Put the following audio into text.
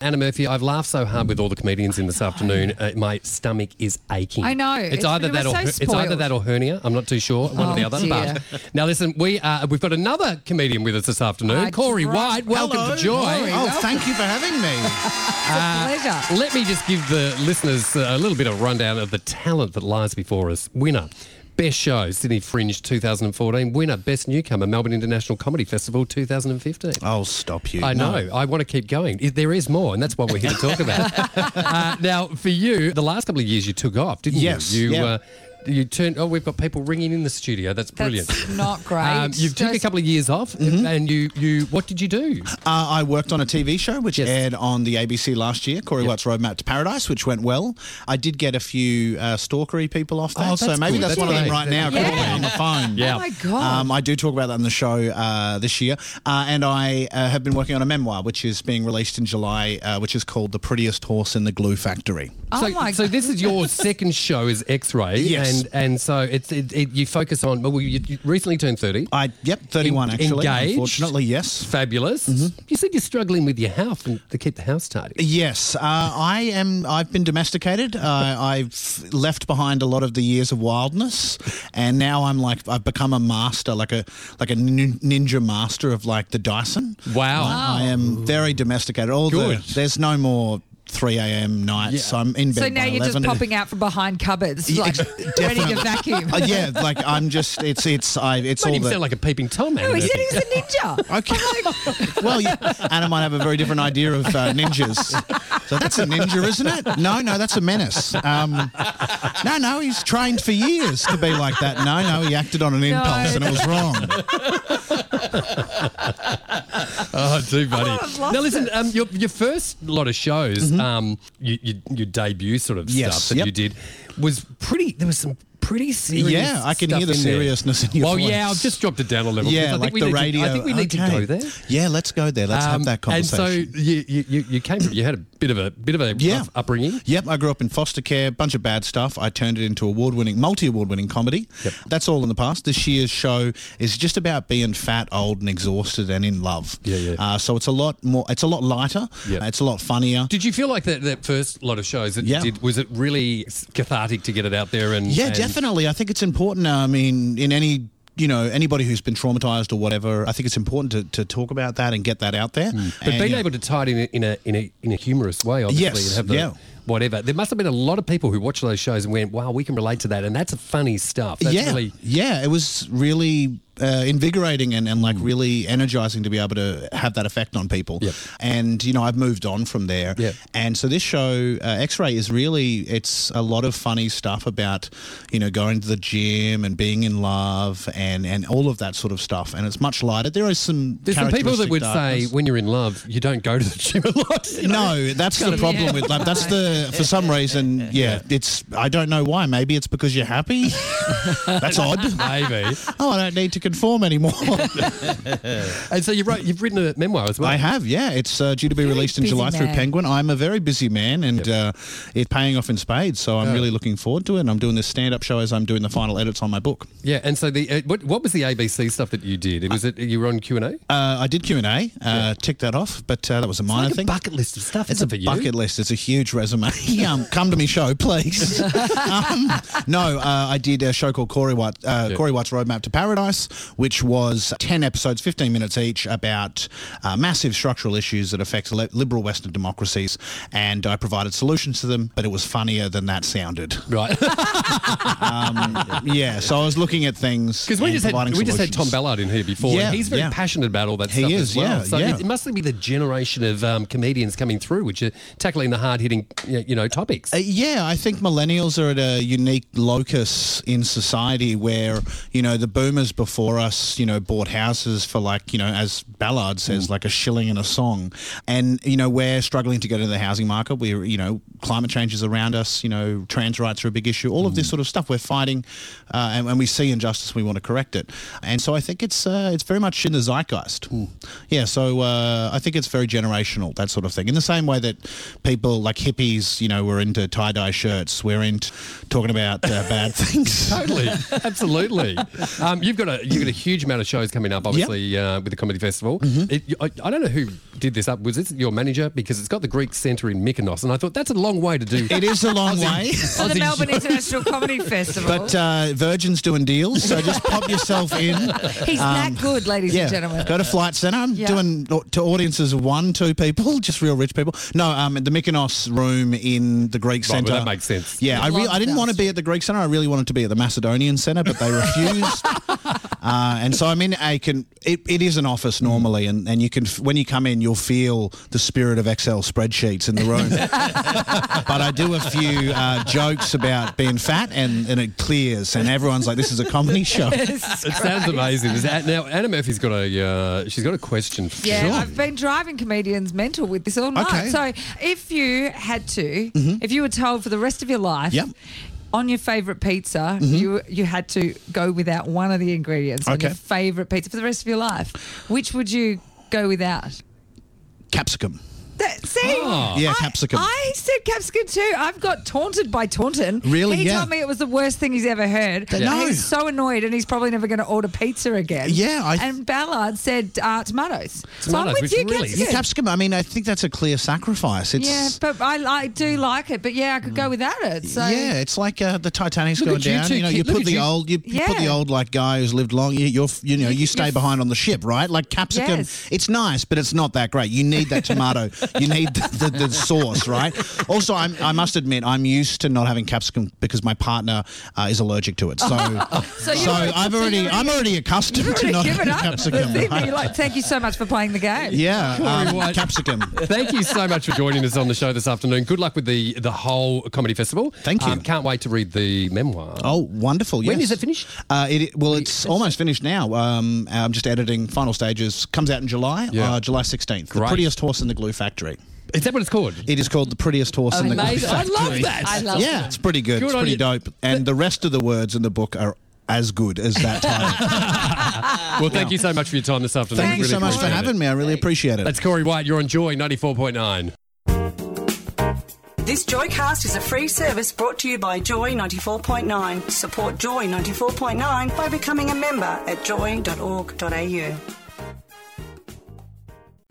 Anna Murphy, I've laughed so hard with all the comedians in this afternoon. Uh, my stomach is aching. I know. It's, It's- either we that were or so her- it's either spoiled. that or hernia. I'm not too sure, one or the Oh, other. dear. But now listen, we uh, we've got another comedian with us this afternoon, Ah, Corey dr- White. Welcome Hello. to Joy. Oh, Corey. Oh, thank you for having me. Uh, Pleasure. Let me just give the listeners uh, a little bit of rundown of the talent that lies before us. Winner. Best show, Sydney Fringe 2014. Winner, Best Newcomer, Melbourne International Comedy Festival 2015. I'll stop you. I No. know. I want to keep going. I- There is more, and that's what we're here to talk about. uh, now, for you, the last couple of years you took off, didn't Yes, you? You, yeah. uh, you turned. Oh, we've got people ringing in the studio. That's brilliant. That's not great. Um, you took a Just- couple of years off, Mm-hmm. and you, you. What did you do? Uh, I worked on a TV show which Yes. aired on the ABC last year, Corey White's Roadmap to Paradise, which went well. I did get a few uh, stalkery people off that, Oh, so that's maybe good. that's, That's one of great. them right now Yeah. calling on the phone. Yeah. Oh my God. Um, I do talk about that in the show uh, this year, uh, and I uh, have been working on a memoir which is being released in July, uh, which is called "The Prettiest Horse in the Glue Factory." Oh so, my so this is your second show is X-ray, Yes. and and so it's it, it, you focus on. Well, you, you recently turned thirty. I yep, thirty-one En- actually. engaged. Unfortunately, yes. Fabulous. Mm-hmm. You said you're struggling with your house and to keep the house tidy. Yes, uh, I am. I've been domesticated. Uh, I've left behind a lot of the years of wildness, and now I'm like I've become a master, like a like a nin- ninja master of like the Dyson. Wow. I, I am very domesticated. All Good. the there's no more three a.m. nights. Yeah. I'm in bed. So by now you're 11. just popping out from behind cupboards, like ready to definitely. vacuum. Uh, yeah, like I'm just. It's it's I. It's Made all him the, sound like a peeping tom. Anna No, Oh, he Murphy. said he was a ninja. Okay. well, you, Anna might have a very different idea of uh, ninjas. So that's a ninja, isn't it? No, no, that's a menace. Um, no, no, he's trained for years to be like that. No, no, he acted on an impulse and it was wrong. Oh, too funny. I've lost now, listen, um, your, your first lot of shows, um, you, you, your debut sort of Mm-hmm. Yes, stuff that yep. you did was pretty, there was some pretty serious Yeah, I can stuff hear the in there. seriousness in your Well, voice. yeah, I've just dropped it down a level. 'cause I Yeah, think like we the need radio. To, I think we need Okay. to go there. Yeah, let's go there. Let's Um, have that conversation. And so you, you, you, you came from, you had a bit of a bit of a Yeah. rough upbringing. Yep, I grew up in foster care, bunch of bad stuff. I turned it into award-winning, multi-award-winning comedy. Yep. That's all in the past. This year's show is just about being fat, old, and exhausted, and in love. Yeah, yeah. Uh, so it's a lot more. It's a lot lighter. Yep. Uh, It's a lot funnier. Did you feel like that, that first lot of shows that Yeah. you did was it really cathartic to get it out there and Yeah, and- definitely. I think it's important. uh, I mean, in any you know anybody who's been traumatized or whatever, I think it's important to, to talk about that and get that out there. Mm. uh, But being able to tie it in a, in a in a in a humorous way, obviously, Yes, and have the, yeah. whatever. There must have been a lot of people who watched those shows and went, "Wow, we can relate to that," and that's funny stuff. That's yeah, really yeah, it was really uh, invigorating and, and like really energizing to be able to have that effect on people. Mm. Yep. And you know, I've moved on from there. Yep. And so this show, uh, X Ray, is really it's a lot of funny stuff about you know going to the gym and being in love and and all of that sort of stuff. And it's much lighter. There is some there's some people that characteristic would darkness. say when you're in love, you don't go to the gym a lot. you know? No, that's the of- problem Yeah. with love. That's the for some reason, yeah. It's I don't know why. Maybe it's because you're happy. that's odd. Maybe. Oh, I don't need to conform anymore. And so you've wrote, you've written a memoir as well. I have, yeah. It's uh, due to be released in busy July through man. Penguin. I'm a very busy man, and uh, it's paying off in spades. So I'm really looking forward to it. And I'm doing this stand-up show as I'm doing the final edits on my book. Yeah. And so the uh, what, what was the ABC stuff that you did? It was it you were on Q and A. Uh, I did Q and A, uh, tick that off, but uh, that was a minor Like a thing. bucket list of stuff. It's a isn't it, for you? bucket list. It's a huge resume. um, come to me show, please. um, no, uh, I did a show called Corey White, uh, Yeah. Corey White's Roadmap to Paradise, which was ten episodes, fifteen minutes each, about uh, massive structural issues that affect li- liberal Western democracies, and I provided solutions to them. But it was funnier than that sounded. Right, yeah, so I was looking at things because we and just had providing we just had Tom solutions. Ballard in here before. Yeah, and he's very yeah. passionate about all that He stuff is, as well. yeah, so yeah. It, it must be the generation of um, comedians coming through, which are tackling the hard hitting y- you know, topics. Uh, yeah, I think millennials are at a unique locus in society where, you know, the boomers before us, you know, bought houses for like, you know, as Ballard says, like a shilling and a song. And, you know, we're struggling to get into the housing market. We're, you know, climate change is around us, you know, trans rights are a big issue. All of this sort of stuff we're fighting uh, and, and we see injustice, we want to correct it. And so I think it's uh, it's very much in the zeitgeist. Yeah, so uh, I think it's very generational, that sort of thing. In the same way that people like hippies, you know, were into tie dye shirts, we're into talking about uh, bad things. Totally, absolutely. Um, you've got a you've got a huge amount of shows coming up, obviously, uh, with the comedy festival. Mm-hmm. It, you- I, I don't know who did this up. Was this your manager? Because it's got the Greek Centre in Mykonos, and I thought that's a long way to do. It is a long way. So the Melbourne International Comedy Festival. But uh, Virgin's doing deals, so just pop yourself in. He's that good, ladies and gentlemen. uh, um, Go to Flight Centre. I'm Yeah. doing au- to audiences of one, two people, just real rich people. No, um, at the Mykonos room in the Greek Right, well, Centre. that makes sense. Yeah, I, re- I didn't Lockdowns. want to be at the Greek Centre. I really wanted to be at the Macedonian Centre, but they refused. uh, and so I'm in a can. It, it is an office normally, and, and you can f- when you come in, you'll feel the spirit of Excel spreadsheets in the room. but I do a few uh, jokes about being fat, and, and it clears, and everyone's like, "This is a comedy show." It sounds amazing. Is that, now Anna Murphy's got a uh, she's got a question. For Yeah, you. I've been driving comedians mental with this all night. Okay. Mm-hmm. So if you had to, if you were told for the rest of your life, Yep. Mm-hmm. on your favourite pizza, you you had to go without one of the ingredients on your Okay. favourite pizza for the rest of your life, which would you go without? Capsicum. That, see, Oh. Yeah, I- capsicum. I said capsicum too. I've got taunted by Taunton. Really? He Yeah. told me it was the worst thing he's ever heard. No. And he's so annoyed, and he's probably never going to order pizza again. Yeah, I- and Ballard said uh, tomatoes. so I'm Tomatoes, with which you, really is- Yeah, capsicum. capsicum. I mean, I think that's a clear sacrifice. It's Yeah, but I, I do like it. But yeah, I could go without it. So yeah, it's like uh, the Titanic's Look going at you down. two You, know, you kid- look put at the you. old, you, you put Yeah. the old like guy who's lived long. You, you're, f- you know, you stay you're- behind on the ship, right? Like capsicum, Yes. it's nice, but it's not that great. You need that tomato. you need the, the, the sauce, right? Also, I'm, I must admit, I'm used to not having capsicum because my partner uh, is allergic to it. So, So so, you're- I've so already, you're- I'm already accustomed you've to not already given having up. capsicum. The thing where right? you're like, thank you so much for playing the game. yeah, Corey um, White. capsicum. Thank you so much for joining us on the show this afternoon. Good luck with the the whole comedy festival. Um, Thank you. can't wait to read the memoir. Oh, wonderful! When yes. is it finished? Uh, it, well, it's almost finished now. Um, I'm just editing final stages. Comes out in July, Yeah. uh, July 16th. The Great. prettiest horse in the glue factory. Is that what it's called? It is called the prettiest horse in the glue Oh, Amazing. factory. I love that. I love Yeah, it's pretty good. Good it's on pretty you. dope. And the rest of the words in the book are as good as that title. well, thank you so much for your time this afternoon. Thank you so much for appreciate it. having me. I really appreciate it. That's Corey White. You're on Joy 94.9. This Joycast is a free service brought to you by Joy 94.9. Support Joy 94.9 by becoming a member at joy.org.au.